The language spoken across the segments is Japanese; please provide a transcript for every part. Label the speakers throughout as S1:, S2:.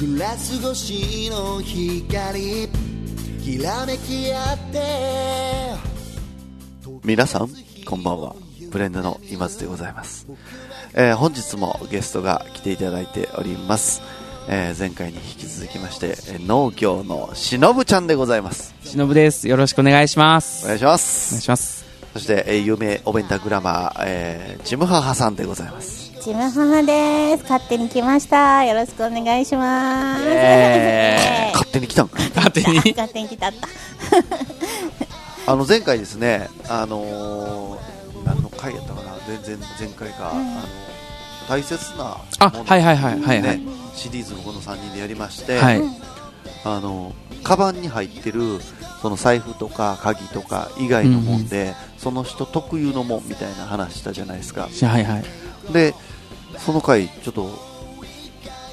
S1: グラス越しの光きらめき合って
S2: 皆さん、こんばんは。ブレンドの今津でございます。えー本日もゲストが来ていただいております。えー前回に引き続きまして、えー農業のしのぶちゃんでございます。
S3: しのぶです。よろしくお願いします。
S2: お願い
S3: し
S2: します。
S3: ます。
S2: そして、えー有名お弁当グラマー、えージムハハさんでございます。
S4: ちむ母です。勝手に来ました。よろしくお願いします。
S3: エ
S2: 勝手に来たんか
S3: 勝手
S4: イエーイ
S3: に。
S4: 勝手に来たった。
S2: あの前回ですね、あのー何の回やったかな、前前前回か、あの大切な
S3: あ
S2: もの
S3: はいはいはいはいはい
S2: ね、シリーズをこの3人でやりまして、
S3: はい。
S2: あのカバンに入ってるその財布とか鍵とか以外のもんで、その人特有のもんみたいな話したじゃないですか。
S3: しはいはい。
S2: で、その回ちょっと。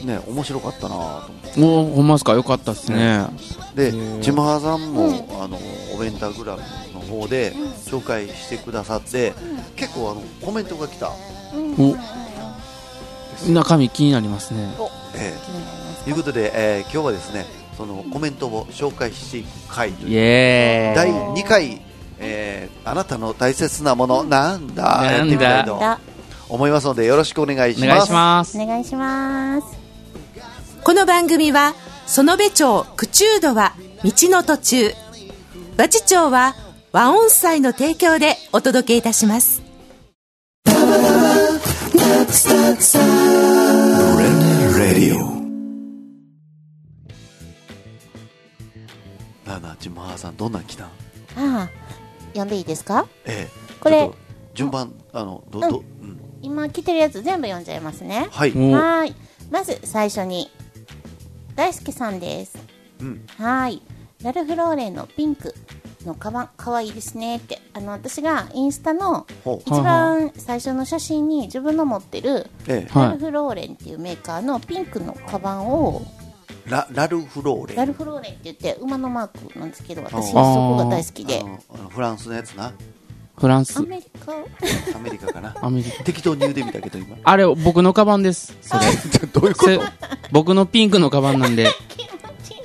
S2: ね、面白かったなぁと思って
S3: おー、ほんまですかよかったですね。
S2: で
S3: ー
S2: ジムハさんも、あのおベンタグラムの方で紹介してくださって、結構あのコメントが来た
S3: お、中身気になりますね。
S2: ええということで、えー今日はですねそのコメントを紹介していく回と
S3: イ
S2: いう
S3: エ
S2: 第
S3: ーイ。
S2: 2回、えーあなたの大切なものなんだ
S3: なんだ
S2: やってみたいと
S4: だ
S2: 思いますのでよろしくお願いし
S3: お願
S2: ま
S3: い
S2: す
S3: します。
S4: お願いします。
S5: この番組は園部町九中度は道の途中和知町は和音祭の提供でお届けいたします
S2: なあなあジムハーさんどんなん来たん
S4: ああ、呼んでいいですか
S2: ええ
S4: これ
S2: ちょっと順番あのど、どうん、
S4: 今来てるやつ全部読んじゃいますね。
S2: はい
S3: おー
S4: はーい。まず最初に、大輔さんです。
S2: うん
S4: はーい。ラルフローレンのピンクのカバン、かわいいですねって。あの、私がインスタの
S2: ほう
S4: 一番最初の写真に自分の持ってる、
S2: ええ
S3: はい
S4: ラルフローレンっていうメーカーのピンクのカバンを、
S2: ララルフローレン
S4: ラルフローレンって言って馬のマークなんですけど私そ
S3: あー
S4: こが大好きで
S2: あのあのフランスのやつな
S3: フランス
S4: ア。メリカ
S2: アメリカかな
S3: アメリカ
S2: 適当に言うてみたけど今
S3: あれ、僕のカバンです。それ。
S2: どういう
S3: せ僕のピンクのカバンなんで、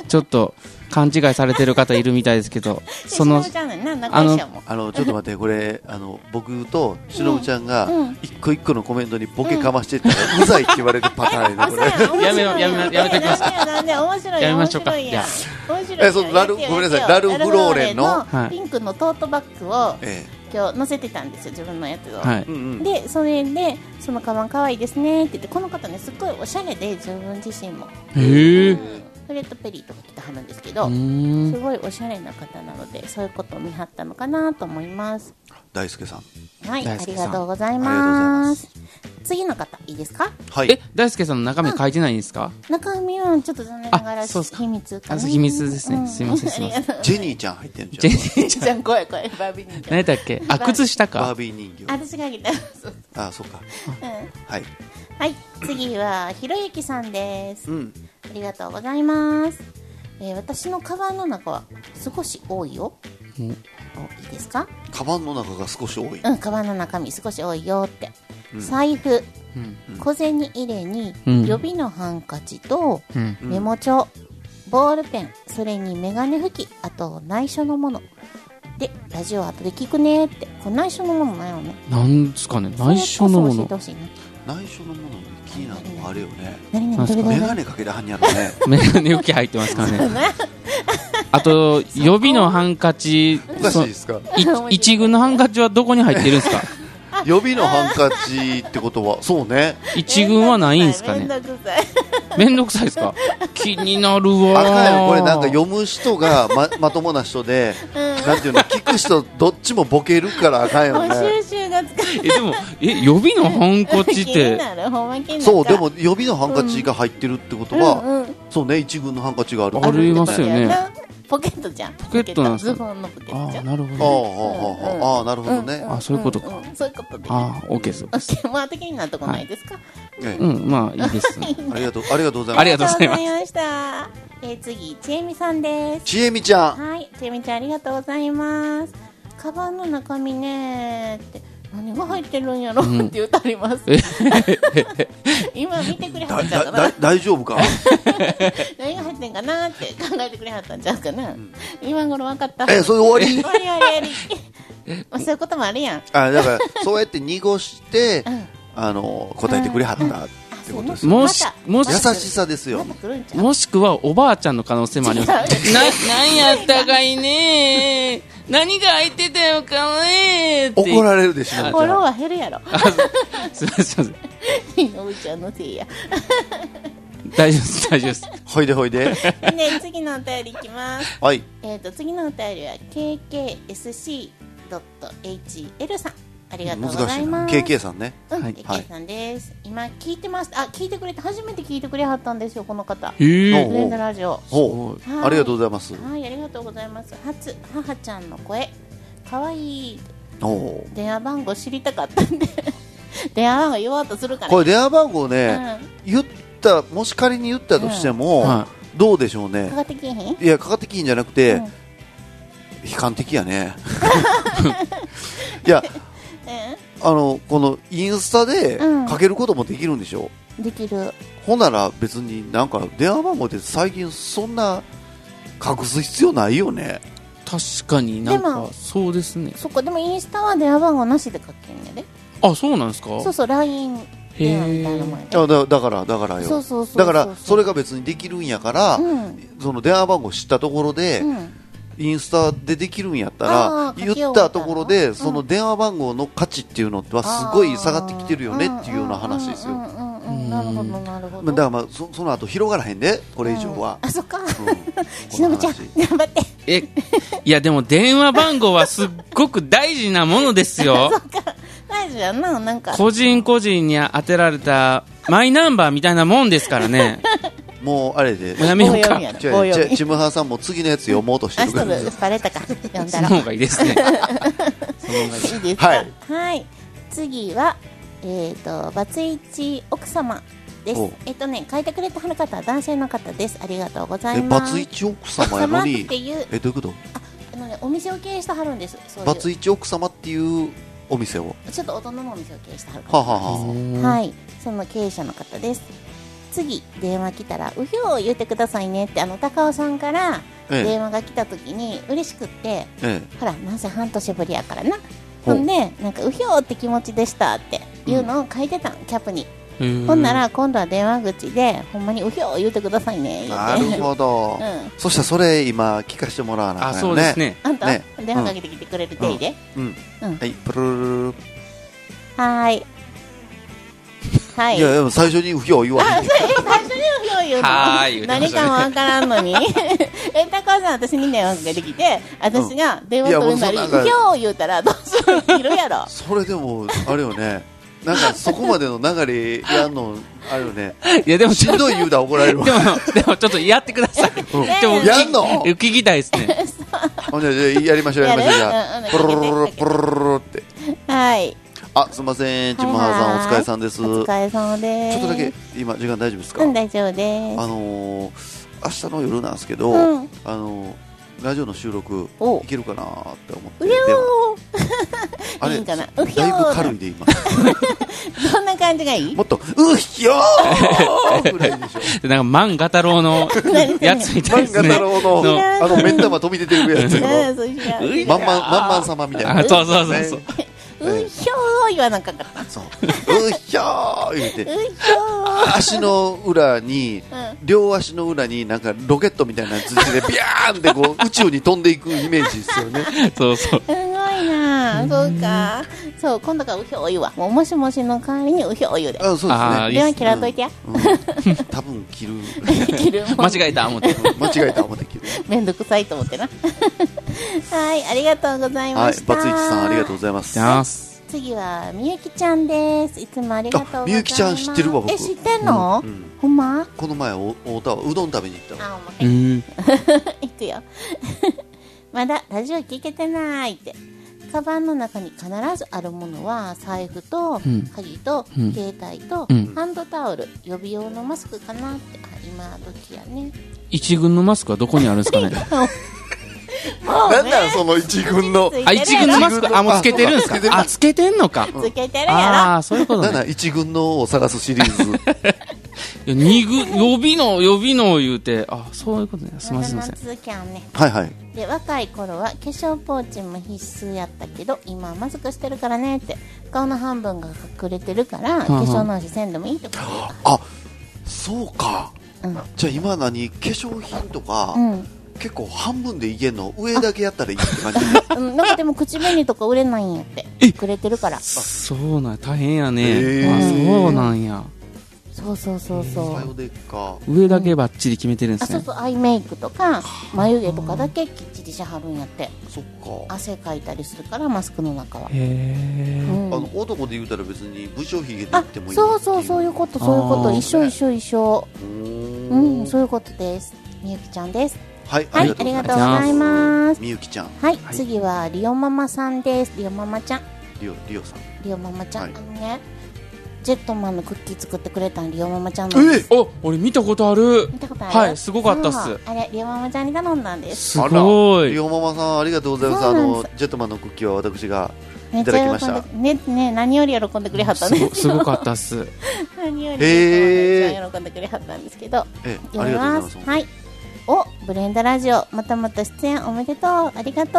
S3: ちょっと勘違いされてる方いるみたいですけど、その、
S4: じゃないな仲良しやもん
S2: あのちょっと待ってこ れあの僕としのぶちゃんが
S4: うん
S2: 一個一個のコメントにボケかましてったらうざいって言われるパターンや
S4: あ
S2: ね
S4: そ
S2: こ
S4: う
S2: れ
S4: やん面白いん
S3: やめろやめろやめときます
S4: なんで面白いん
S3: やめましょうか
S4: 面白いやん
S3: じ
S4: 面白いやん
S2: えそのラル
S4: やって
S2: ごめんなさい
S4: やって
S2: ラルフローレンの
S4: ラルフローレン
S3: はい
S4: ピンクのトートバッグを
S2: え
S4: 今日載せてたんですよ自分のやつを、
S3: はい
S2: えう。んうん
S4: でそれでそのカバン可愛いですねって言ってこの方ねすっごいおしゃれで自分自身も
S3: へえ。う
S4: フレットペリーとか着てはるんですけど、
S3: ーん。
S4: すごいおしゃれな方なのでそういうことを見張ったのかなと思います
S2: 大輔さん
S4: はいあ
S3: 大輔
S4: り
S3: さん
S4: がとうござ
S2: あ
S4: い
S2: りがとうござい
S4: ま
S2: ます
S4: 次の方いいですか
S2: はい
S3: え、大輔さんの中身書いてないんですか
S4: 中身はちょっと残念ながら
S3: あそうっすか
S4: 秘密か
S3: あ
S4: な
S3: そう秘密ですね
S4: う
S3: すいませんすいません
S4: ありがとう
S2: ジェニーちゃん入ってんじ
S3: ジ
S2: ゃ
S3: ェ
S2: ん
S3: ニーちゃん。
S4: じゃん 怖い怖いバービー 人形
S3: 何だっけあ、靴下
S2: バー
S3: か。
S2: ビー人
S4: あ
S2: 形
S4: 私があげたそう
S2: あそうか
S4: うん
S2: はい
S4: はい次はひろゆきさんです
S2: うん
S4: ありがとうございます、えー、私のカバンの中は少し多いよおいいですか
S2: カバンの中が少し多い
S4: うん、カバンの中身少し多いよって、財布、小銭入れに、
S3: うん
S4: 予備のハンカチと、
S3: うん。
S4: メモ帳ボールペンそれにメガネ拭きあと内緒のものでラジオ後で聞くねってこれ内緒のものなんやろね
S3: なんですかね内緒のも
S4: それ
S3: の。
S4: こそ教えてほしい
S2: 内緒のものに気になるのもあるよね
S4: な何々どれど
S2: メ
S4: れ
S2: ガネかけてはんやろね
S3: メガネ受け入ってますからね。あと、予備のハンカチ、
S2: おかしいですか
S3: そい一軍のハンカチはどこに入ってるんです か
S2: 予備のハンカチってことはそうね
S3: 一軍はないんですか
S4: めん
S3: ね
S4: どくさい
S3: めんどくさいですか気になる
S2: あかんやろ
S3: わ
S2: これなんか読む人が ままともな人で、なんていうの聞く人どっちもボケるからあかんや
S4: も
S2: ろ
S4: う
S2: ね
S4: 収集がつか
S3: え、でも、え、予備のハンカ
S4: ない
S3: チっ
S4: 気 に
S3: て、
S4: なるほんま気になる
S2: そうでも予備のハンカチが入ってるってことは、
S4: うんうん
S2: そうね一軍のハンカチがある
S3: ありますよね
S4: ポケットじゃんポ
S3: ケットなんですか
S4: ズボンのポケ
S3: あ
S4: ットじゃ
S3: ー
S4: ん
S3: なる
S2: ああ
S3: ほ
S2: ああああなるほどね、
S3: ど。あ、そういうことか。
S4: うんそういうことで
S3: あー、OK です。
S4: オッケーまあ的になるとこないですか、
S2: え
S3: うん、まあ、いいです。
S2: えありがとうありがとうございます
S3: ありがとうございます
S4: ありがとうございました。えー、次、ちえみさんです。
S2: ちえみちゃん
S4: はい、ちえみちゃんありがとうございます。カバンの中身ねーって、何が入ってるんやろって言うたります、 今見てくれ
S2: だ
S4: はったん
S2: だ
S4: かな
S2: だ大丈夫 か
S4: 何が入ってんかなって考えてくれはったんちゃうかな、今頃分かった
S2: えそれ終わり
S4: 終わり終わり終わりまあそういうこともあるやん
S2: あだからそうやって濁して、
S4: うん
S2: あの答えてくれはったっ
S4: あ
S2: て
S4: そ
S2: こ
S4: う
S2: と
S4: ね
S2: ですよ、
S3: もし
S4: また
S3: もし
S2: 優しさですよ
S4: また来るんちゃう
S3: もしくはおばあちゃんの可能性もあります。な、なんやったかいね何が入ってたよかねって
S2: 怒られるでしょ
S4: フォロワー減るやろ
S3: すいません、すいま
S4: 井上ちゃんのせいや
S3: せん。大丈夫です、大丈夫です。
S2: ほいでほいで
S4: ね次のお便りいきます
S2: はい
S4: えっ、と次のお便りは KKSC.HL さんありがとうござ
S2: 難しい
S4: いま
S2: な
S4: す
S2: KK さんね
S4: うん、
S3: はい
S4: KK さんです、今聞いてますあ聞いてくれて初めて聞いてくれはったんですよこの方
S3: へ
S2: ー
S4: フレンドラジオ
S2: ほう
S4: はい
S2: ありがとうございます
S4: はいありがとうございます初母ちゃんの声かわいい
S2: おう
S4: 電話番号知りたかったんで 電話番号言おうとするから
S2: これ電話番号ね、言ったもし仮に言ったとしても、
S3: は
S2: どうでしょう
S4: うん、か
S2: ね
S4: かってきへん
S2: いやかかってきんじゃなくて、
S4: うん
S2: 悲観的やね いやあのこのインスタで
S4: うん
S2: かけることもできるんでしょ、
S4: うん、できる
S2: ほんなら別になんか電話番号って最近そんな隠す必要ないよね
S3: 確かになん
S4: で
S3: か
S4: も、
S3: そうですね。
S4: そっかでもインスタは電話番号なしで書けんねで
S3: あ、そうなんですか
S4: そうそう LINE
S3: へ
S4: 電話みたいなもん
S3: え。
S4: やで
S2: あだだからだからよ
S4: そうそうそうそう
S2: だからそれが別にできるんやから、
S4: うん
S2: その電話番号知ったところで、
S4: うん
S2: インスタでできるんやった
S4: あ
S2: ら
S4: ー書き
S2: 言
S4: よう
S2: ったところで、
S4: みたいな
S2: その電話番号の価値っていうのはすごい下がってきてるよねっていうような話ですよ、
S4: うんうんうんうんなるほどなる
S2: ま
S4: ほど
S2: あだからまあそその後広がらへんでこれ以上は、
S4: あそっか
S2: うん
S4: しのぶちゃん
S2: この話
S4: 頑張って
S3: え、いやでも電話番号はすっごく大事なものです よ。
S4: 大事やななんか
S3: 個人個人に当てられたマイナンバーみたいなもんですから ね。
S2: もうあれで
S3: もうやめようか
S4: 棒。読みやな
S2: 違う
S4: 棒
S2: 違
S4: 読
S2: う
S4: み
S2: ちむはさんも次のやつ読もうとして
S4: あ
S2: る
S4: そ
S2: から
S4: うバレたか読ん
S3: そ
S4: だ
S3: の
S4: ら
S3: 方がいいですね。
S4: いいですか
S2: はい
S4: はい次はえっ、とバツイチ奥様です
S2: お
S4: えっ、とね書いてくれてはる方は男性の方ですありがとうござ
S2: え
S4: い
S2: バ
S4: ま
S2: ツ
S4: す
S2: イチ奥様やの
S4: 奥様
S2: に
S4: っていう
S2: えどういうこと
S4: あのねお店を経営してはるんですそういう
S2: バツイチ奥様っていうお店を
S4: ちょっと大人のお店を経営してはる
S2: はあ
S4: 方
S2: はあは
S4: はい、その経営者の方です。次、電話来たら、うひょー言ってくださいねって、あの、高尾さんから
S2: あえ
S4: 電話が来た時に、嬉しくって、
S2: ええ
S4: ほら、なんせ半年ぶりやからな。
S2: ほ
S4: ほ
S2: うん
S4: で、なんか、うひょーって気持ちでしたっていうのを書いてたん、キャップに。ほ
S3: ほ
S4: んな、ら、今度は電話口で、ほんまにうひょー言ってくださいね、
S2: え
S4: 言
S2: なる
S4: って。
S2: ほど
S4: う、ん。
S2: そしたらそれ今聞かしてもらわなあ
S3: あ、
S2: かん
S3: そ
S2: よ
S3: うですね。
S4: あんた、
S2: ね
S4: 電話かけてきてくれるデイで。
S2: うん
S4: うん
S2: はいプルルルル
S4: はーい。はい。
S2: いやでも最初に不評言わへんけ
S4: え最初によ言うの
S3: はーい言うてま
S4: 何
S3: したね
S4: かもわからんのに え高尾さん私に電話かけてきて私が電話取るなり「
S2: いやもうそ
S4: ひょ
S2: んなん
S4: ー」言うたらどうするいるやろ
S2: どそれでもあれよねなんかそこまでの流れやんのあれよね
S3: いやでもち
S2: し
S3: ょっ
S2: ん
S3: と
S2: どい言うたら怒られるわ
S3: でも、でもちょっとやってください。
S2: うん
S4: ねえ
S3: でも
S2: やんの
S3: 聞きたいです ね。
S2: ほんじゃじゃあやりましょうやりましょうじゃ
S4: や
S2: あ
S4: る
S2: プルルルルプルルルルって
S4: はい
S2: あすいませんちむはさんお疲れさんです
S4: お疲れ様で
S2: ち
S4: す
S2: ょっとだけ今時間大丈夫ですか、
S4: うん大丈夫です
S2: あのー明日の夜なんですけど、
S4: うん
S2: あのーラジオの収録
S4: お
S2: いけるかなって思って
S4: うひ
S2: でも
S4: ょ
S2: あれ
S4: いいんかな
S2: だいう
S4: ひょー
S2: ぶ軽いで今
S4: ーどんな感じがいい
S2: もっとうひょ ーぐらいでしょ
S3: なんか、万ガ太郎のやつみたい
S2: 漫画
S3: ですね。
S2: 太郎の
S3: の
S2: あの目ん玉飛び出てるやつ
S4: うん
S2: の
S4: そうしよう
S2: まんまんまんまん様みたいな
S3: あそうそうそうそう
S2: ね
S4: うひょー言わなかったう
S2: そううひょー言うて
S4: ひょ
S2: 足の裏に、両足の裏になんかロケットみたいな筒でビャーンってこう宇宙に飛んでいくイメージですよね。
S3: そうそう。
S4: ーすごいなあそうかそう今度からうひょー言うわもうもしもしの代わりにうひょー言うで
S2: あそうです
S3: あ
S2: ね。
S3: ーいいっす
S4: 電話切らんといてや
S2: うん多分切る
S4: 切るもん
S3: 間違えた、 思って。
S2: 間違えた思って切る
S4: めんどくさいと思ってなはいありがとうござい
S2: は
S4: ま
S2: い
S4: した
S2: バツイチさんありがとうございます
S3: ゃあす。
S4: 次はみゆきちゃんですいつもありがとうございます
S2: あみゆきちゃん知ってるわ僕
S4: え知ってんの、
S2: うんうん
S4: ほんま
S2: この前お太田はうどん食べに行ったわ
S4: あお
S3: う
S4: 前
S3: ん。
S4: 行くよ まだラジオ聞けてないってカバンの中に必ずあるものは財布と
S3: うん
S4: 鍵と
S3: うん
S4: 携帯と
S3: うん
S4: ハンドタオル予備用のマスクかなってあ今時やね
S3: 一軍のマスクはどこにあるんですかね。
S4: もう
S2: なん
S4: ね
S2: なんその一軍の
S4: つい
S3: あ、
S4: て
S3: 一
S4: る
S3: 軍
S4: や
S3: の
S4: ろ
S3: マスク、あ、もうつけてるんです
S2: あつけてる
S3: かあ、つけてんのか。
S4: つけてるや
S3: ああ、そういうこと
S2: なんな
S3: ね。
S2: ん一軍のを探すシリ ーズ
S3: いや二軍、予備の、予備の言うて、あ、そういうことね。
S4: ろ
S3: すみません、すみません。
S4: 続きゃんね
S2: はいはい
S4: で若い頃は化粧ポーチも必須やったけど今はマスクしてるからねって顔の半分が隠れてるから化
S3: んうん
S4: 粧直しせんでもいいとか
S2: あそうか、
S4: うん
S2: じゃあ今何化粧品とか、
S4: うん
S2: 結構半分でいけんの上だけやったらいいって感じ
S4: うんなんかでも口紅とか売れないんやって隠れてるから
S3: そうなんや、大変や
S2: へ
S3: ね。
S2: ー
S3: あ、そうなんや。
S4: そうそうそうそ
S2: さよ
S4: う
S2: でか
S3: 上だけバッチリ決めてるんで
S4: あ
S3: す
S4: そう
S3: ね。
S4: そうアイメイクとか眉毛とかだけきっちりしはるんやって
S2: そっか
S4: 汗かいたりするからマスクの中は、
S3: へ
S4: う
S3: え。
S2: あ
S4: ん、
S2: の男で言うたら別に武将髭で言
S4: あ
S2: ってもいい
S4: そうそうそういうことそういうこと
S3: あー
S4: 一緒一緒一緒
S2: うー
S4: うんんそういうことですみゆきちゃんです
S2: はいあ
S4: は
S2: りが
S4: いあ
S2: とう
S4: り
S2: ござ
S4: が
S2: い
S4: と
S2: ま
S4: うございます
S2: すみゆきちゃん
S4: はい、次はリオママさんですリオママちゃん
S2: リオリオさん
S4: リオママちゃん、
S2: はい
S4: あのねジェットマンのクッキー作ってくれたんリオママちゃんなんです
S2: え
S3: お、俺見たことある
S4: 見。たことある
S3: はいすごかったっす
S4: そうあれリオママちゃんに頼んだんです
S3: すご
S2: リ
S3: い。
S2: オママさんありがとうございます
S4: そ
S2: あ
S4: うなんで
S2: のジェットマンのクッキーは私が
S4: めっちゃ喜んでくねね何より喜んでくれはったんですすよ
S3: ごすごかったっす。
S4: 何より
S2: へー
S4: めっちゃ喜んでくれはったんですけど
S2: ええあ
S4: 読
S2: り
S4: み
S2: がとう
S4: ま
S2: ご
S4: す
S2: ざいます
S4: はいおブレンダラジオまたまた出演おめでとうありがとう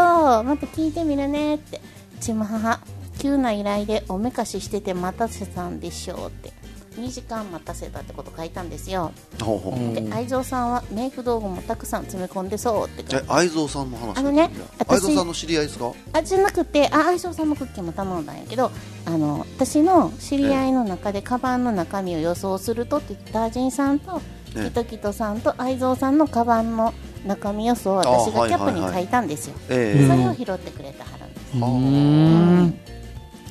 S4: また聞いてみるねってちむはは急な依頼でおめかししてて待たせたんでしょうって2時間待たせたってこと書いたんですよ
S2: ほうほう
S4: で愛蔵さんはメイク道具もたくさん詰め込んでそうって書い
S2: え愛蔵さんの話
S4: あのね
S2: 愛
S4: 私
S2: 蔵さんの知り合いですか
S4: あじゃなくてあ愛称さんもクッキーも頼んだんやけどあの私の知り合いの中でカバンの中身を予想するとってダージンさんと
S2: ええ
S4: キトキトさんと愛蔵さんのカバンの中身予想を私
S2: あは
S4: が
S2: い
S4: キャップに
S2: はいはい
S4: 書いたんですよ、
S2: え
S4: そ
S2: え
S4: れを拾ってくれてはるんです、
S3: うーん。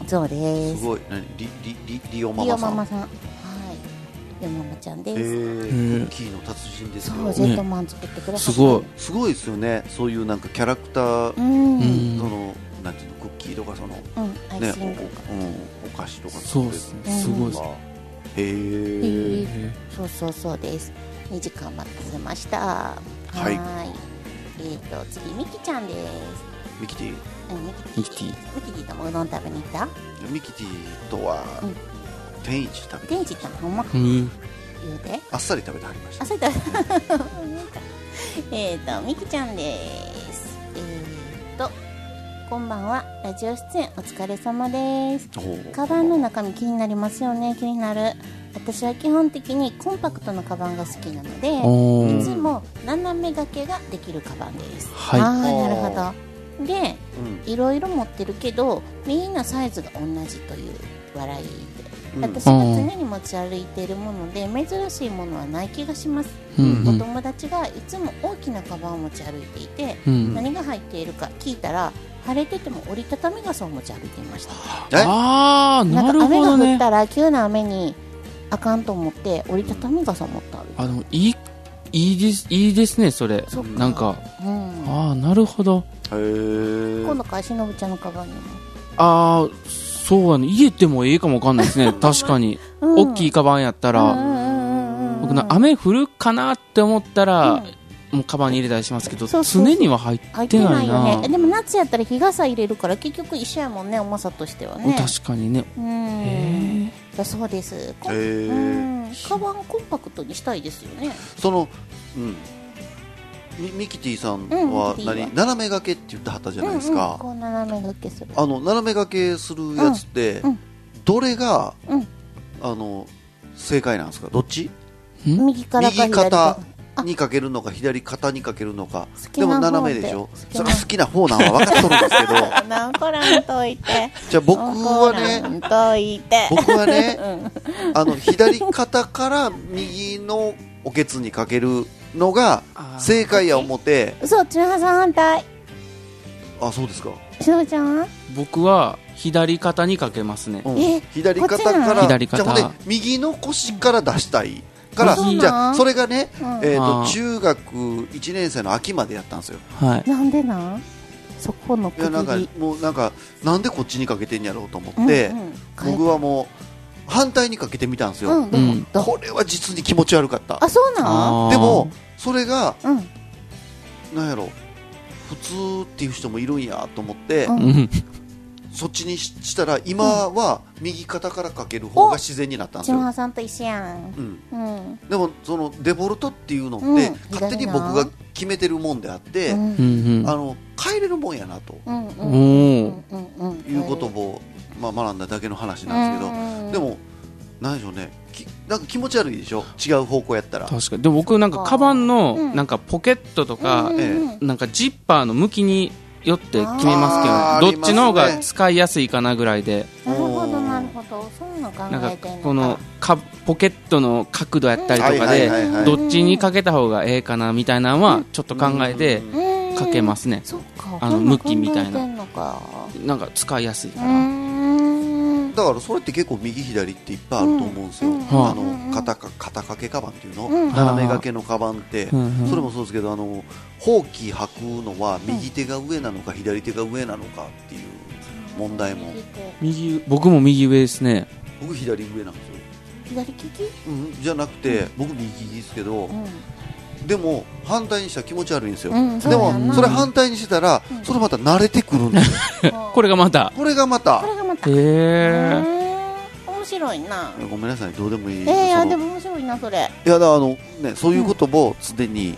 S4: そうですす
S2: ごい何リリリリオマ
S4: リオ
S2: マさ
S4: ママ
S2: ん
S4: さんはいリオママちゃんで
S2: え
S4: す、
S2: えク
S3: ん
S2: ッキーの達人です
S4: そう
S2: よ
S4: ジェットマン作ってくれはった
S3: すごい。
S2: すごいですよねそういうなんかキャラクター
S4: う
S2: そ
S4: ん、う
S3: うんん
S2: のなんていうのクッキーとかそのね
S4: ア
S2: お
S4: イシング、
S2: おうんお菓子とか
S3: そうっすね。すごいっす。
S2: へえ
S3: へ
S4: そうそうそうです。2時間待たせました。はーい。えっ、と次ミキちゃんです。
S2: ミキティ
S4: うんミ
S3: ミキ
S4: キテ
S3: ティ。
S4: ィミキティともうどん食べに行った？
S2: ミキティとは
S4: うん
S2: 天一食べて
S4: 天一行ったのほんま
S3: うん。
S4: 言うて。
S2: あっさり食べてはりました
S4: あそれだ。えっとミキちゃんです。えっ、とこんばんはラジオ出演お疲れ様です。
S2: ほう
S4: カバンの中身気になりますよね気になる私は基本的にコンパクトなカバンが好きなので
S3: おー
S4: いつも斜め掛けができるカバンです。
S3: はい
S4: ああーなるほど。で
S2: うん
S4: いろいろ持ってるけどみんなサイズが同じという笑いで、
S2: うん
S4: 私が常に持ち歩いているもので珍しいものはない気がします、
S3: うんう
S4: お
S3: ん。
S4: 友達がいつも大きなカバンを持ち歩いていて、
S3: うん。
S4: 何が入っているか聞いたら腫れてても折りたたみ傘を持ち歩いていました
S2: え
S3: ああ、な
S4: なん
S3: る
S4: か雨
S3: ほ
S4: が
S3: ど
S4: 降っ
S3: ね。
S4: たら急な雨にあかんと思って折りたたみ傘を持って歩いて
S3: あ、でもいい、いいです、いいですね、それ。
S4: そっか
S3: なんか、
S4: うん、
S3: ああ、なるほど。
S2: へえ
S4: 今度からしのぶちゃんのカバンにも、
S3: ああ、そうやね。家でもいいかもわかんない ですね。確かに。大き
S4: い
S3: いカバンやった
S4: う
S3: ら、
S4: んうんうんうん
S3: 僕な、雨降るかなって思ったら
S4: うん、
S3: もうカバンに入れたりしますけど、
S4: そ
S3: 常
S4: うそうそう
S3: には入っ
S4: 開いて
S3: て
S4: な
S3: ないい
S4: よ
S3: な
S4: ね。でも夏やったら日傘入れるから結局一緒やもんね重さとしてはね
S3: 確かにね。
S4: うんだそうですこ
S2: へ
S4: う
S2: え
S4: んカバンコンパクトにしたいですよね
S2: そのうんミミキティさん
S4: うんミ
S2: は
S4: キティは
S2: 何斜め掛けって言ってはったじゃないです
S4: うんうん
S2: か
S4: こう斜め掛けする
S2: あの斜め掛けするやつって
S4: うんうん
S2: どれが
S4: うん
S2: あの正解なんですかどっち
S4: 右からか
S2: 右
S4: 左か
S2: 肩にかけるのか左肩にかけるのか
S4: 好き
S2: で
S4: な方で
S2: も斜めでしょ
S4: 好き
S2: そ
S4: な
S2: れ好きな方なんは分かっとるんですけど
S4: なんこらんといて
S2: じゃあ僕は
S4: なん
S2: ね
S4: こらんといて
S2: 僕はね あの左肩から右のおけつにかけるのが
S3: あー
S2: 正解や思って
S4: そうちはさん反対
S2: あそうですか、
S4: しのぶちゃんは
S3: 僕は、左肩にかけますね
S2: う。ん
S4: え
S2: 左肩
S4: こっちな
S2: か
S4: の
S2: ら
S3: 左肩
S2: じゃあほんで右の腰から出したいから
S3: そうなん
S2: じゃあそれがね、
S4: うん
S2: えーと
S3: あー
S2: 中学1年生の秋までやったんですよ
S3: はい。
S4: なんでなんそこの
S2: い
S4: 区
S2: やなんか
S4: 切り
S2: もうなんかなんでこっちにかけてんやろうと思
S4: うん
S2: って、
S4: うん
S2: 僕はもう反対にかけてみたんですよ、
S4: うんど
S3: うん
S4: こどこ
S2: これは実に気持ち悪かった
S4: あそうなん
S3: あー
S2: でもそれが
S4: うん
S2: なんやろ普通っていう人もいるんやと思って、
S4: うん
S3: うん
S2: そっちにししたら今は右肩からかける方が自然になったんです
S4: ちま
S2: よ
S4: は、さんと一緒やん
S2: う。ん、
S4: うん。
S2: でもそのデフォルトっていうのって、
S4: うん
S2: 勝手に僕が決めてるもんであって、
S4: うん
S3: う。ん
S2: あの変えれるもんやなと
S4: うん。う。
S3: うんんお
S4: う
S3: ー
S4: ん。うん。うん。
S2: いうことを、まあ、学んだだけの話なんですけど、
S4: うん
S2: でもなんでしょうねきなんか気持ち悪いでしょ違う方向やったら
S3: 確かにでも僕なんかカバン
S4: うん
S3: のなんかポケットとか
S4: うん。うん
S3: なんかジッパーの向きによって決め
S2: あ
S3: ま
S2: ー
S3: すけどどっちの方
S2: あります
S3: が
S2: ね
S3: 使いやすいかなぐらいで
S4: なるほど、なるほど。そういうの考
S3: なん
S4: え
S3: か
S4: てんのか。
S3: このかポケットの角度やったり
S2: は
S3: と
S2: い
S3: か
S2: はい
S3: で
S2: はいはい
S3: どっちにかけた方がええかなみたいなのはちょっと考えて
S4: うん、
S3: かけますね
S4: そっか。
S3: あの
S4: こんん
S3: 向きみたいな
S4: 考えてんのか。
S3: なんか使いやすいうか
S4: ー
S3: ら
S4: ん。
S2: だからそれって結構右左っていっぱいあると思うんですよ、
S4: うん
S2: あ
S4: うん
S2: の肩か肩掛けカバンっていうの、
S4: うん
S2: 斜め掛けのカバンって、
S3: うんうん
S2: それもそうですけどあのほうき履くのは右手が上なのか左手が上なのかっていう問題も
S4: 右手
S3: 右僕も右上ですね
S2: 僕左上なんですよ、
S4: 左利き
S2: うん、じゃなくて、僕右ですけど、
S4: うん。
S2: でも反対にしたら気持ち悪いんですよ、
S4: うんそう
S2: で
S4: やな
S2: もそれ反対にしてたら、
S4: うん
S2: それまた慣れてくるんですよ
S3: これがまた
S2: これがまた
S4: これがまた。
S3: へ
S4: へ
S3: え
S4: ー面白いな。
S2: ごめんなさいどうでもいい、
S4: えー、いや
S2: その
S4: でも面白いなそれ。
S2: いやだからあのねそういうことも常に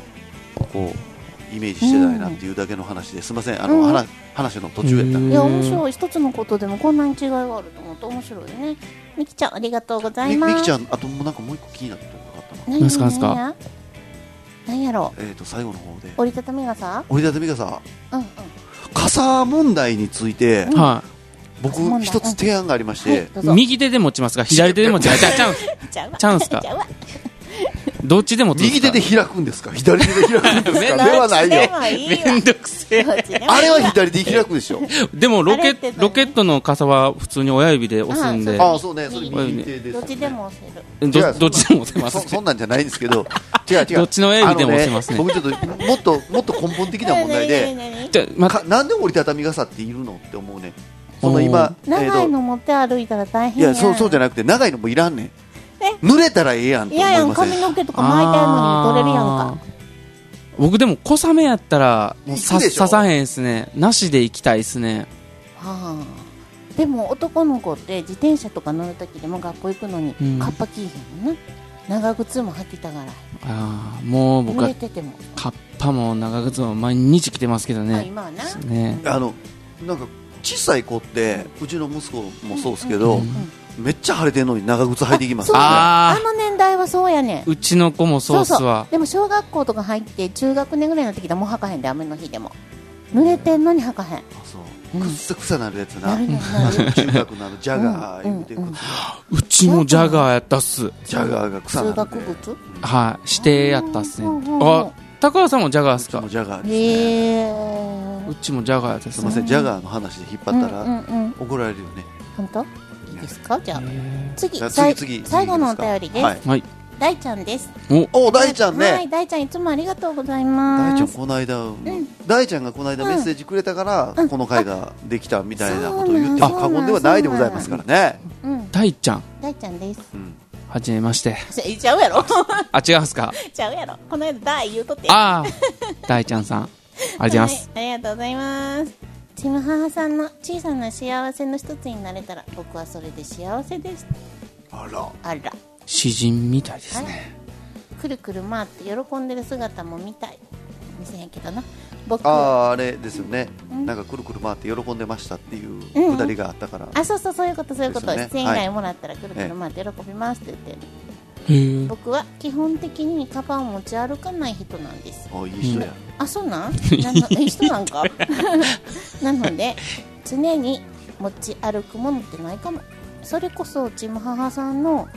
S2: こうイメージしてないなっていうだけの話ですみませんあの、
S4: うん
S2: 話話の途中やった、
S3: うん
S4: いや面白い一つのことでもこんなに違いがあると思うと面白いね。みきちゃんありがとうござい
S2: み
S4: ます。
S2: みきち
S4: ゃん
S2: ゃんあともうなんかもう一個気になったとこがあったな
S4: 何
S3: 何すか何すか
S4: や何やろう。
S2: えっ、ー、と最後の方で
S4: 折りたたみ傘？
S2: 折りたたみ傘
S4: うんうん。
S2: 傘問題について、
S3: は
S4: 傘問
S2: 僕
S4: 題
S2: 一つ提案がありまして、
S4: はいどう
S3: い
S4: ぞ。
S3: 右手で持ちますか左手で持ち ますかちゃう
S4: ちゃうわ
S3: ちゃうんすか
S4: ちゃうわ
S3: どっちでも持つん
S2: 右手で開くんですか左手で開くんです かではないよ
S4: どっちでもいいわ
S3: めんどくせえ
S4: どっちでもいい わ
S2: あれは左手開くでし ょ
S3: でもロ
S4: あれ
S3: ケ
S4: って何
S3: ロケットの傘は普通に親指で押すんで
S2: ああそうねそれ
S3: 右
S2: 右手です、ね、
S4: どっちでも押せる。
S3: ど
S2: 違う
S3: どっちでも押せま
S2: そ
S3: すけ
S2: そ
S3: ど
S2: んなんじゃないんですけど違う違う
S3: どっちの親指でも
S2: あ
S3: 押せますね
S2: 僕ちょっともっともっと根本的な問題で
S4: 何々何々
S3: じゃあま
S2: かなんで折りたたみ傘っているのって思うねんその今、えーと
S4: 長いの持って歩いたら大
S2: い
S4: 変やん。
S2: やそうそうじゃなくて長いのもいらんねん濡れたらええやんと
S4: いやいや
S2: 思い
S4: ん
S2: ません
S4: 髪の毛とか巻いてあるのに取れるやんか。
S3: あー僕でも小雨やったらもうさ
S2: 行くでしょ
S3: 刺さへんっすねなしで行きたいっすね
S4: はあ、でも男の子って自転車とか乗る時でも学校行くのに
S3: うん
S4: カッパ着いへんのな、長靴も履きたがら
S3: ああもう僕
S4: 濡
S3: は
S4: れてても、
S3: カッパも長靴も毎日着てますけど
S4: あ
S3: ね
S4: 今はな、
S3: ね
S2: あのなんか小さい子ってうちの息子もそうですけど、
S3: うん
S2: めっちゃ腫れてるのに長靴履いていきます
S4: そう
S2: ね
S3: あ
S4: あ
S3: ー
S4: の年代はそうやねん
S3: うちの子もそうっすわ
S4: でも小学校とか入って中学年ぐらいになってきたらもう履かへんで雨の日でも濡れてんのに履かへん
S2: あそう
S4: うん
S2: くっさくさなるやつな
S4: なるね んな
S2: あ
S4: る
S2: の中学のあのジャガー言うて
S4: うんうん
S2: 靴
S3: うちもジャガーやったっす
S2: ジャガーが草な
S4: 通
S2: んで
S4: 学靴
S3: はい指定やったっすね
S4: うんうんうん
S3: あ高橋さんもジャガーっす
S2: こ
S3: か
S2: のジャガーですね、
S4: へえ
S3: うちもジャガーやったっ
S2: す
S3: す
S2: みま
S3: ね
S2: せんジャガーの話で引っ張ったら、
S4: うんうんうん、
S2: 怒られるよね
S4: 本当いいですかじゃあ次
S2: じゃあ
S4: さい
S2: 次次
S4: 最後のお便りです、
S2: はい
S3: はい
S4: 大ちゃんです
S3: お
S2: お大ちゃんね、
S4: はい、大ちゃんいつもありがとうござい
S2: 大
S4: ま
S2: ち
S4: す。
S2: ゃんこの間、大ちゃんがこの間メッセージくれたから、この回ができたみたいなことを言っても過言ではないでございますからね、
S4: うん、
S3: 大ちゃん
S4: 大ちゃんです。
S2: うん、
S3: はじめまして
S4: い ちゃうやろ
S3: あ違うんすか
S4: ちゃうやろこの間大言うとって。
S3: ああ大ちゃんさんありがとうございます
S4: はい。ありがとうございます。ちむははさんの小さな幸せの一つになれたら僕はそれで幸せです。
S2: あら
S4: あら。
S3: 詩人みたいですね
S4: くるくる回って喜んでる姿も見たい。見せへんけどな。僕
S2: あ
S4: は
S2: ーあれですよね、なんかくるくる回って喜んでましたっていうくだりがあったから、
S4: あ、そうそう、そういうこと、そういうこと。
S2: ですよね
S4: 出演依
S2: はい
S4: 頼もらったらくるくる回って喜びますって言ってる。
S3: へえ
S4: 僕は基本的にカバンを持ち歩かない人なんです。
S2: あいい人や、
S4: あそうなんなのえそうなんか なので常に持ち歩くものってないかもそれこそちむ母さんの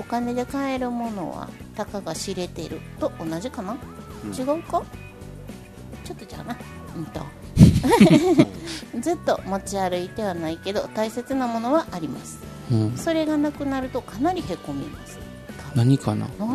S4: お金で買えるものはたかが知れてると同じかな、
S2: うん
S4: 違うかちょっとじゃあなうんとずっと持ち歩いてはないけど大切なものはあります
S3: うん
S4: それがなくなるとかなりへこみます
S3: 何かな
S4: なるほ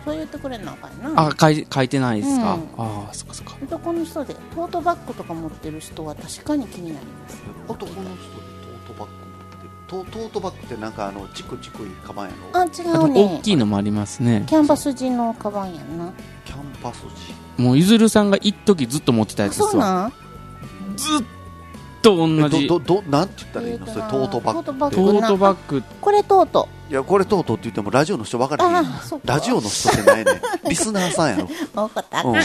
S4: どそう言ってくれなあかんな
S3: あ書い書いてないですか、
S4: うん
S3: ああそっかそっか
S4: 男の人でトートバッグとか持ってる人は確かに気になります
S2: 男の人でトートバッグ持ってるトトートバッグってなんかあのチクチクいかばんやろ
S4: あ違
S3: あ
S4: う
S3: でも
S4: ね
S3: 大きいのもありますね
S4: キャンバス地のカバンやんな
S2: キャンパス地
S3: もうゆずるさんが一時ずっと持ってたやつで
S4: そう
S3: すわ
S4: なん
S3: ずっと同じ
S2: えど
S3: ト
S2: どどなんて言ったらいいの
S4: え
S2: そ
S4: ーと
S2: れ
S4: な
S2: トートバッグ
S4: トートバッグ
S3: ートバッグ
S4: これとうと
S2: いやこれトートって言ってもラジオの人ばかり
S4: あーそっか
S2: ラジオの人ってないねリスナーさんやろ
S4: う分かった、
S2: うん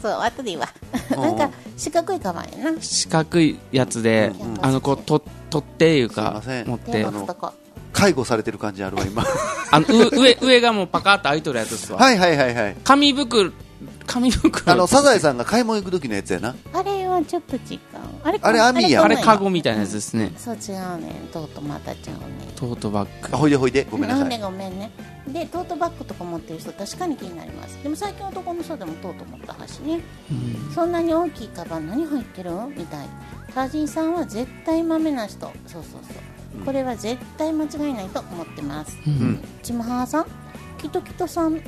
S4: そう後でいいわ
S2: うん
S4: なんか四角いカバンやな
S3: 四角いやつで、
S2: うん
S3: あのこうと取っていうか
S2: すいません
S3: 持っ
S4: キャ
S3: て
S4: ンバスとか
S2: 介護されてる感じあるわ 今は
S3: あのう上上がもうパカッと開いとるやつですわ、
S2: いはいはいはい
S3: 紙袋紙袋
S2: あのサザエさんが買い物行く時のやつやな
S4: あれはちょっと違うあれ
S2: あれ網やん
S4: こ
S3: あ
S4: んな
S3: れ
S4: ん
S3: カゴみたいなやつですね
S4: そう違うねとうとうまた違うね
S3: トートバッ
S2: あ
S3: グ
S2: ほいでほいでごめんなさ
S4: ね
S2: い
S4: ごめんねでトートバッグとか持ってる人確かに気になりますでも最近男の人でもトート持ったはしね、そんなに大きいカバン何入ってるみたいタージンさんは絶対マメな人そうそうそう、これは絶対間違いないと思ってます、
S2: ん
S4: ちむはーさんキトキトさん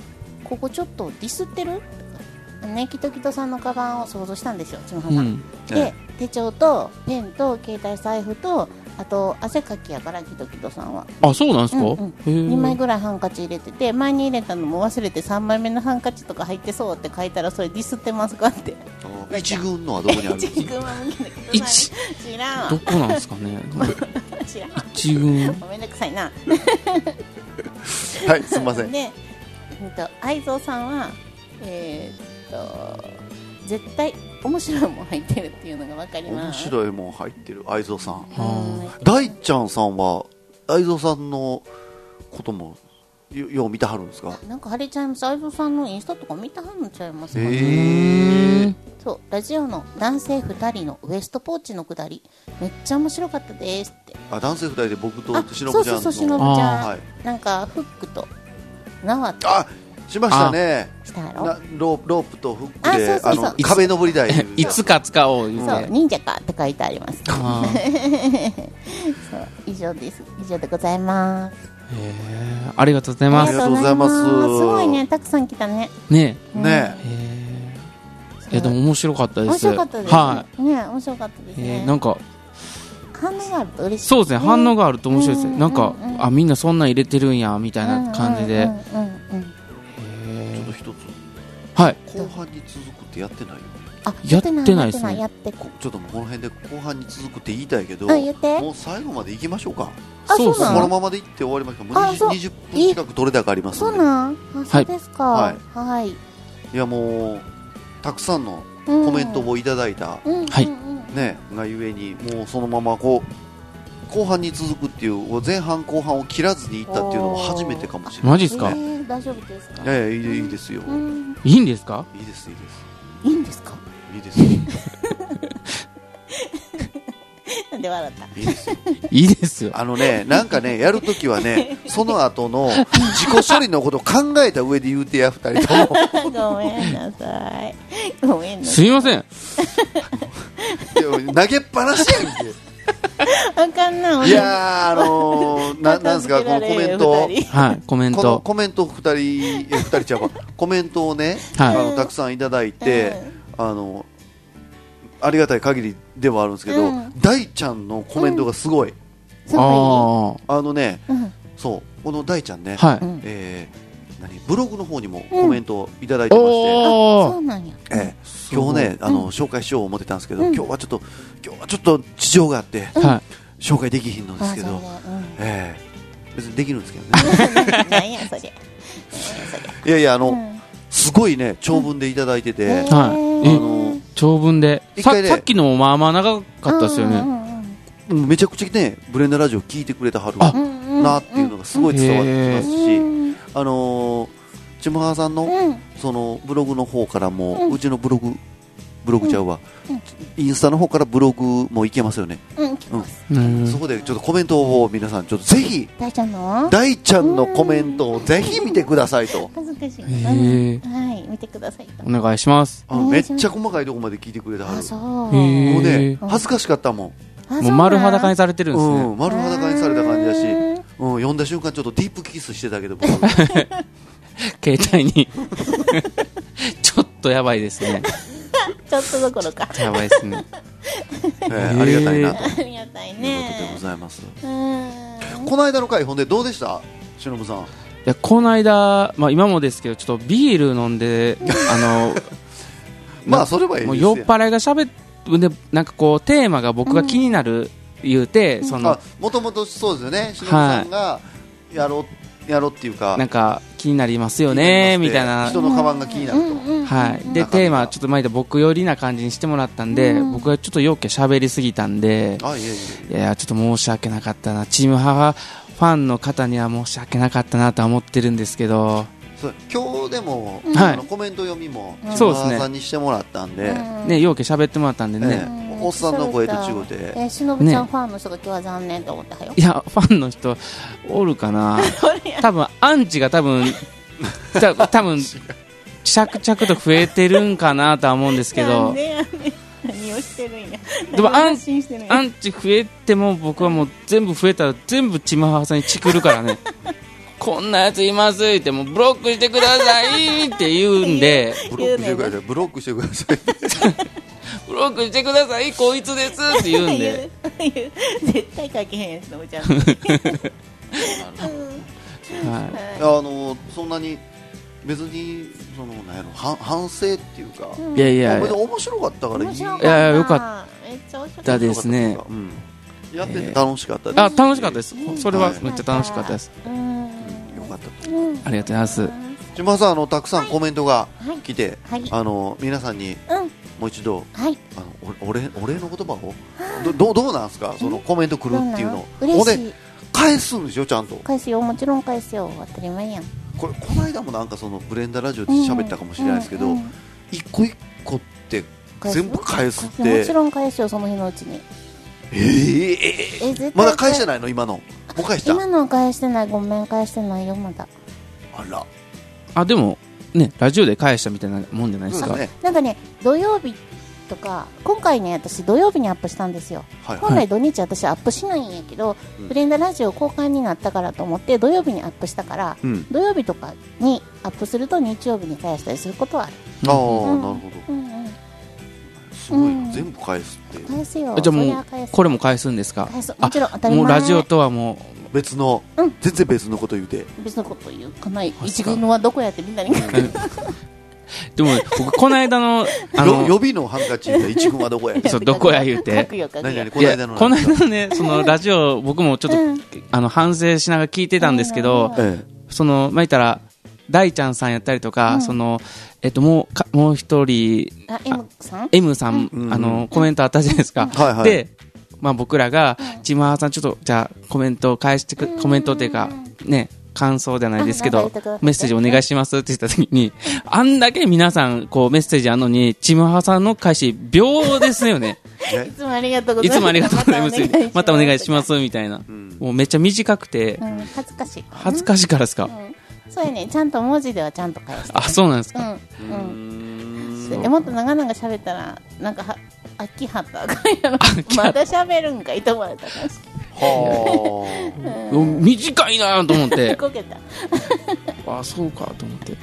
S4: ここちょっとディスってるとかねキトキトさんのカバンを想像したんですよちむはー
S3: う
S4: さん、
S3: ん
S4: で手帳とペンと携帯財布とあと汗かきやからキトキトさんは
S3: あそうなんですか、
S4: うんうん、2枚
S3: へえ
S4: ぐらいハンカチ入れてて前に入れたのも忘れて3枚目のハンカチとか入ってそうって書いたらそれディスってますかって
S2: あー一軍のはどこにあ るんですか
S4: 一軍は無理だけどな
S3: 一
S4: 知らん
S3: ど
S4: わ
S3: こなんですかね
S4: 知らん
S3: 一軍
S4: ごめんなさいな
S2: はいすみません
S4: で、うんと、愛蔵さんはえーっと絶対面白いもん入ってるっていうのが分かり
S2: 面
S4: ます
S2: 白いもん入ってる愛蔵さん
S4: うん
S2: 大ちゃんさんは愛蔵さんのこともよよう見てはるんですか
S4: なんかあれちゃいます愛蔵さんのインスタとか見たはんのちゃいますかね、
S2: ええ
S4: そうラジオの男性2人のウエストポーチのくだりめっちゃ面白かったですって
S2: あ男性二人で僕と
S4: あ
S2: しのぶちゃんの
S4: そうそうそうしのぶちゃん、
S2: あーはい
S4: なんかフックと縄と
S2: あしましたね
S4: したやろ
S2: なローロープとフックで
S4: あそうそうそう
S2: あの壁登り台
S3: いつか使おう言
S4: そうう
S3: て
S4: 忍者かって書いてありますそう
S3: あー
S4: 以上です以上でございます
S3: へーありがとうござい
S2: あ
S3: ま
S2: り
S3: す
S2: がとうございます
S4: ありがとうございますごいねたくさん来たね
S3: ね
S2: ね
S3: えへーいやでも面白かったで
S4: 面
S3: す
S4: 白かったですね、
S3: は
S4: ね面白かったです
S3: い、
S4: ね、
S3: えーなんか
S4: 反応があると嬉しい
S3: そうですね、反応があると面白いです
S4: う
S3: ね、
S4: ん
S3: なんか
S4: うんうんう、ん
S3: あみんなそんなん入れてるんやみたいな感じで
S4: うん、うんうんうん
S2: ちょっと一
S3: はい、
S2: つ後半に続くってやってないよね
S4: あ
S3: やってないですね
S4: やってないやって
S2: こちょっともうこの辺で後半に続くって言いたいけど
S4: あ言って
S2: もう最後まで行きましょうか
S4: あそう
S3: そうっ
S4: なん
S2: こ
S3: すね
S2: のままで行って終わりますからも
S4: あそう
S2: う20分近く取れ高あります
S4: そ
S2: の
S4: う
S2: で
S4: なんあそうですか
S2: は
S4: はいい、はい
S2: いやもうたくさんの
S4: うん
S2: コメントをいただいた、
S4: うんうんうん
S3: はい
S2: ねがゆえにもうそのままこう後半に続くっていう前半後半を切らずにいったっていうのも初めてかもしれない
S3: マジっすか
S4: え、ー大丈夫ですか
S2: いやいやいいいいですよ、
S4: うん
S3: いいんですか。
S2: いいですいいです
S4: いいんですか
S2: いいですよ
S4: なんで笑った
S2: いいですよ
S3: いいですよ。
S2: あのねなんかねやるときはねその後の自己処理のことを考えた上で言うてや二人とも
S4: ごめんなさい。ごめんなさ
S3: す
S4: い。
S3: いません。
S2: いや投げっぱなしやんけ
S4: あかん な。
S2: いやー、あのー、ななんですか、このコメント、
S4: 二人
S3: はい、コメン
S2: この
S3: ト。
S2: コメント2人、え2人ちゃうわ、コメントをね、
S3: はい
S2: あのたくさんいただいて、あのありがたい限りではあるんですけど、
S4: うん
S2: 大ちゃんのコメントがすごい、
S4: すご
S3: あ
S2: あのね、
S4: い。うん
S2: そう、この大ちゃんね、
S3: あ、は
S4: う
S3: い。
S4: ん
S2: えー何ブログの方にもコメントをいただいてまして。
S4: そ
S3: お
S4: う
S3: お。
S4: なんや。
S2: ええ今日ね、あの紹介しよう思ってたんですけど、今日はちょっと今日はちょっと事情があって、
S3: は
S2: 紹介できひんのですけど、
S4: あそうね
S2: ええ別にできるんですけどね
S4: うん なんやそれ。
S2: いやいやあの、
S4: うん
S2: すごいね長文でいただいてて、
S4: え
S3: い、は
S4: ー
S3: い、
S2: あ
S3: え、
S2: の
S3: 長文で。
S2: 一
S3: さ、
S2: 回ね
S3: さっきのもまあまあ長かったですよ
S4: うん
S3: ね。
S2: めちゃくちゃねブレンダラジオ聞いてくれてはる
S3: あ
S4: うんうん。
S2: なっていうのがすごい伝わってきますし、
S4: うん
S2: あのー、ちむはさんの、
S4: うん。
S2: そのブログの方からも、う
S4: うん
S2: ちのブログブログちゃうわ、
S4: うん
S2: インスタの方からブログもいけますよね、
S4: うん。聞きます
S3: うん
S2: そこでちょっとコメントを皆さんちょっとぜひ
S4: 大ちゃんの
S2: 大ちゃんのコメントをぜひ見てくださいと。
S4: 恥ずかしい
S3: へ
S4: な。
S3: ー
S4: はい。見てくださいと
S3: お。願いします。
S2: あのめっちゃ細かいとこまで聞いてくれては
S4: あ、
S2: る
S4: そう。
S2: も
S3: へ
S2: うね
S4: うん
S2: 恥ずかしかったもん
S4: あ
S3: もう丸裸に
S4: さ
S3: されてるんです
S2: うん、
S3: ね。
S2: 丸裸にされた感じだし、
S4: う
S2: うん
S4: ん、
S2: 読んだ瞬間ちょっとディープキスしてたけど 僕
S3: 携帯に。ちょっとやばいですね。
S4: ちょっとどころか。
S3: やばいですね。
S2: えーありがたいなというこ
S4: ありがたい
S2: とで
S4: ね
S2: ございます、
S4: うん
S2: この間の回ほんでどうでしたしのぶさん
S3: いやこの間、まあ、今もですけどちょっとビール飲ん であの
S2: まあそれはいい
S3: も
S2: で
S3: う
S2: すよ
S3: 酔っ払いがしゃべでなんかこうテーマが僕が気になる言うて、その
S2: もともとそうですよねしのぶさんがやろうやろうっていうか
S3: なんか気になりますよ
S2: 気
S3: ね
S2: に
S3: みた
S2: な
S3: い
S2: りま
S3: な
S2: して人のカバンが気になると、
S3: はい、
S2: 中身が
S3: でテーマちょっと前で僕寄りな感じにしてもらったんで、
S4: うん
S3: 僕がちょっとよけ喋りすぎたんで
S2: あいえい
S3: いやちょっと申し訳なかったなチーム母ファンの方には申し訳なかったなとは思ってるんですけど
S2: えそう今日でも、
S4: うん
S2: あのコメント読みも
S4: うん
S2: 島
S3: そうですね
S2: 田さんにしてもらったんで、
S3: ねよけ喋ってもらったんでね、
S2: えおっさんの声と違うて
S4: えー、しのぶちゃんファンの人が今日は残念と思ってはよ
S3: いや、ファンの人、おる かな。多分、アンチが多分、た多分、着々と増えてるんかなとは思うんですけど、
S4: 何をしてるんや
S3: でもアン
S4: してる ん
S3: アンチ増えても僕はもう全部増えたら全部ちまはさんにチクるからね。 こんなやついますってもうブロックしてくださいって言うんで、
S2: ブロックしてくださいブロックしてくだ さい
S3: ブロックしてくださいこいつですって言うん で、
S4: 絶対書けへんやしのぶちゃん
S3: は
S2: あのそんなに別にそのなんやろ反反省っていうか、
S3: い、いやい
S2: いや
S3: や
S2: 別、に面白かった からいい
S4: 面白かった
S3: いやよか
S4: っためっちゃ面白
S3: だ
S4: かっ
S3: ですね
S2: 面白かったっていうかうんやってて楽しかったです、
S3: あ、楽しかったです。それはめっちゃ楽しかったです。
S4: たうん
S2: よかったと
S3: ありがとうございます。
S2: 島田さんあのたくさんコメントが来て、
S4: はい
S2: あの皆さんに
S4: うん
S2: もう一度
S4: はい
S2: あのおお礼お礼の言葉をどどうどうなんですかそのコメント来るっていうの
S4: どんな
S2: ほん
S4: 嬉
S2: で
S4: しい
S2: 返すんですよちゃんと
S4: 返すよもちろん返すよ当たり前やん
S2: これこの間もなんかそのブレンダーラジオで喋ったかもしれないですけど、
S4: うんうんうん
S2: 一個一個って
S4: 返すよ
S2: 全部返すっ
S4: も
S2: て
S4: ちろん返すよその日のうちに
S2: えーえ
S4: え絶対
S2: ーまだ返してないの今のもう返した
S4: 今のは返してないごめん返してないよまだ
S2: あら
S3: あ、でも、ね、ラジオで返したみたいなもんじゃないです
S2: そう
S3: か
S2: だ。ね
S4: なんかね土曜日とか今回ね私土曜日にアップしたんですよ
S2: はいは
S4: 本
S2: い
S4: 来土日私アップしないんやけど、
S2: うん
S4: ブレンダラジオ公開になったからと思って土曜日にアップしたから
S2: うん
S4: 土曜日とかにアップすると日曜日に返したりすることはある、
S2: ああ、
S4: うん
S2: なるほ
S4: う
S2: ど
S4: んうん、
S2: すごいな、
S4: うん
S2: 全部返すって
S4: 返すよ
S3: じゃあ
S4: そり
S3: もう
S4: 返す
S3: これも返すんですか
S4: 返す
S3: あ
S4: もちろん当たり前
S3: もうラジオとはも
S2: 別の、
S4: うん
S2: 全然別のこと言うて
S4: 別のこと言うかない
S3: か
S4: 一軍のはどこやってみんなに
S3: うでも僕この間のあ
S2: よ
S3: の
S2: 予備のハンカチで一軍はどこや
S3: そうどこや言うて
S4: 書くよ書く
S2: 何
S4: よ
S2: 々この間
S3: い
S2: の
S3: やこの
S2: なんか
S3: 間のねそのラジオ僕もちょっと、
S4: うん
S3: あの反省しながら聞いてたんですけど、
S4: うん
S2: え
S3: そのまあ言ったら大ちゃんさんやったりとか、そのえっともうかもう一人
S4: あ M さん
S3: M さん、
S2: うん
S3: あのコメントあったじゃないですか、
S2: はいはい
S3: で、まあ、僕らが「ちまわさんちょっとじゃあコメントを返してくコメントっていうかね感想じゃないですけ
S4: あなん
S3: ど
S4: か言ってくださって
S3: メッセージお願いしますって言った時 にあんだけ皆さんこうメッセージあんのにちまわさんの返し秒ですよね
S2: え
S4: いつもありがとうご
S3: い
S4: ざいます
S3: つもありがとうございます またお願いしますすみたいな、
S2: ん
S3: もうめっちゃ短くて
S4: うん恥ずかしい
S3: 恥ずかしいからですか、
S4: うんそうやねちゃんと文字ではちゃんと返して
S3: あそうなんです
S4: う
S3: か、
S4: んうん、でもっと長々喋ったらなんかは飽きは ったらあかんやろまだ喋るんかいと思われたかもし
S2: は
S3: うん短いなと思っ
S4: れ
S3: て
S4: ん こけた
S3: あそうかと思って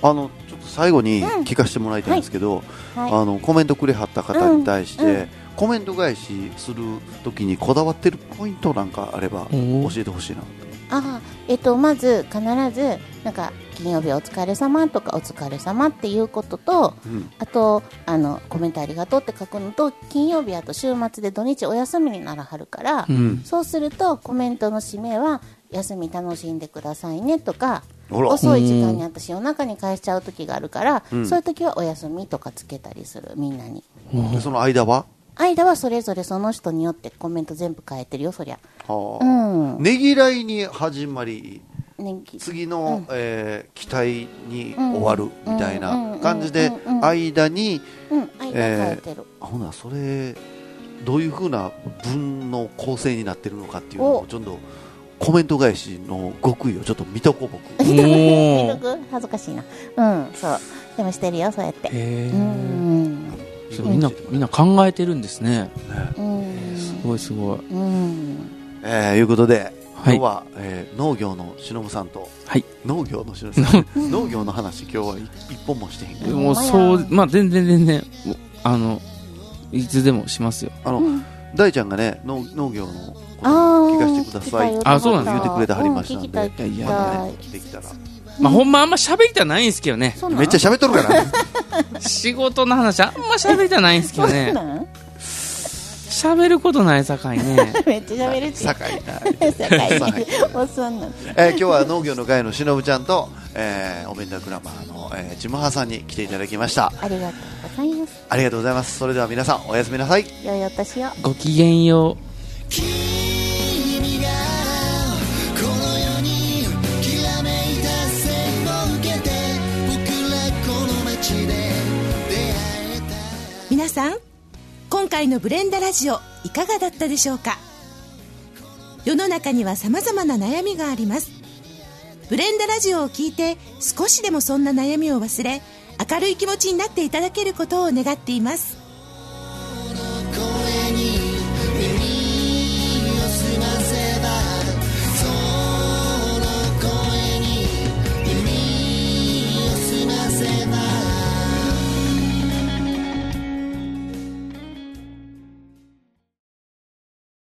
S2: ああのちょっと最後に聞かせてもらいたいんですけど、
S4: はい
S2: あのコメントくれはった方に対して、コメント返しするときにこだわってるポイントなんかあれば
S3: お
S2: 教
S3: ー
S2: えてほしいな
S4: あえっとまず必ずなんか金曜日お疲れ様とかお疲れ様っていうことと
S2: うん
S4: あとあのコメントありがとうって書くのと金曜日やと週末で土日お休みにならはるから、
S3: うん
S4: そうするとコメントの締めは休み楽しんでくださいねとか
S2: あら
S4: 遅い時間に私夜中に返しちゃう時があるから、
S2: ん
S4: そういう時はお休みとかつけたりするみんなに
S2: でその間は
S4: 間はそれぞれその人によってコメント全部変えてるよそりゃ
S2: は
S4: う
S2: あ
S4: ん、
S2: ねぎらいに始まり
S4: ねぎ
S2: 次の、えー期待に終わるみたいな感じで
S4: うんうんうんうん
S2: 間に
S4: うん間変えてる、
S2: あほなそれどういうふうな文の構成になってるのかっていうのを
S4: お
S2: ちょっとコメント返しの極意をちょっと見とこう僕
S3: おー
S4: く恥ずかしいなうんそうでもしてるよそうやって
S3: へ
S4: う
S3: ー
S4: ん
S3: そうみんなみんな考えてるんですね
S4: うん
S3: すごいすごい
S4: うん
S2: えー、いうことで、
S3: はい
S2: 今日は、えー農業のしのぶさんと、
S3: はい
S2: 農業のしのぶさん農業の話今日は一一本もしてへんけど
S3: もう
S4: ほんまや
S3: そうまあ全然全然もうあのいつでもしますよ
S2: あの、大ちゃんがね農農業のこと
S4: あー
S2: 聞かせてくださいって
S4: 聞きた
S3: あそうなんです
S2: 言ってくれてはりましたん
S4: うん聞
S2: で、
S4: きたい聞きたい
S2: まあね来てきたら
S3: まあほんまあんま喋りたないんですけどね
S4: そうなん
S2: めっちゃ喋っとる からね
S3: 仕事の話あんま喋りたないんですけど
S4: そう
S3: ね
S4: なん
S3: 喋ることないさかいね
S4: めっちゃ喋るって
S2: 酒井な
S4: 酒井
S2: 酒井
S4: おっさんなん
S2: えー今日は農業の会のしのぶちゃんと、えー、お弁当クラマーの、えー、ちむはさんに来ていただきました
S4: ありがとうございます
S2: ありがとうございますそれでは皆さんおやすみなさい
S4: 良いお年を
S3: ごきげんよう
S1: 君がこの世にきらめいた線を受けて僕らこの街で出会えた
S5: 皆さん今回の「ブレンダラジオ」いかがだったでしょうか世の中には様々な悩みがありますブレンダラジオを聞いて少しでもそんな悩みを忘れ明るい気持ちになっていただけることを願っています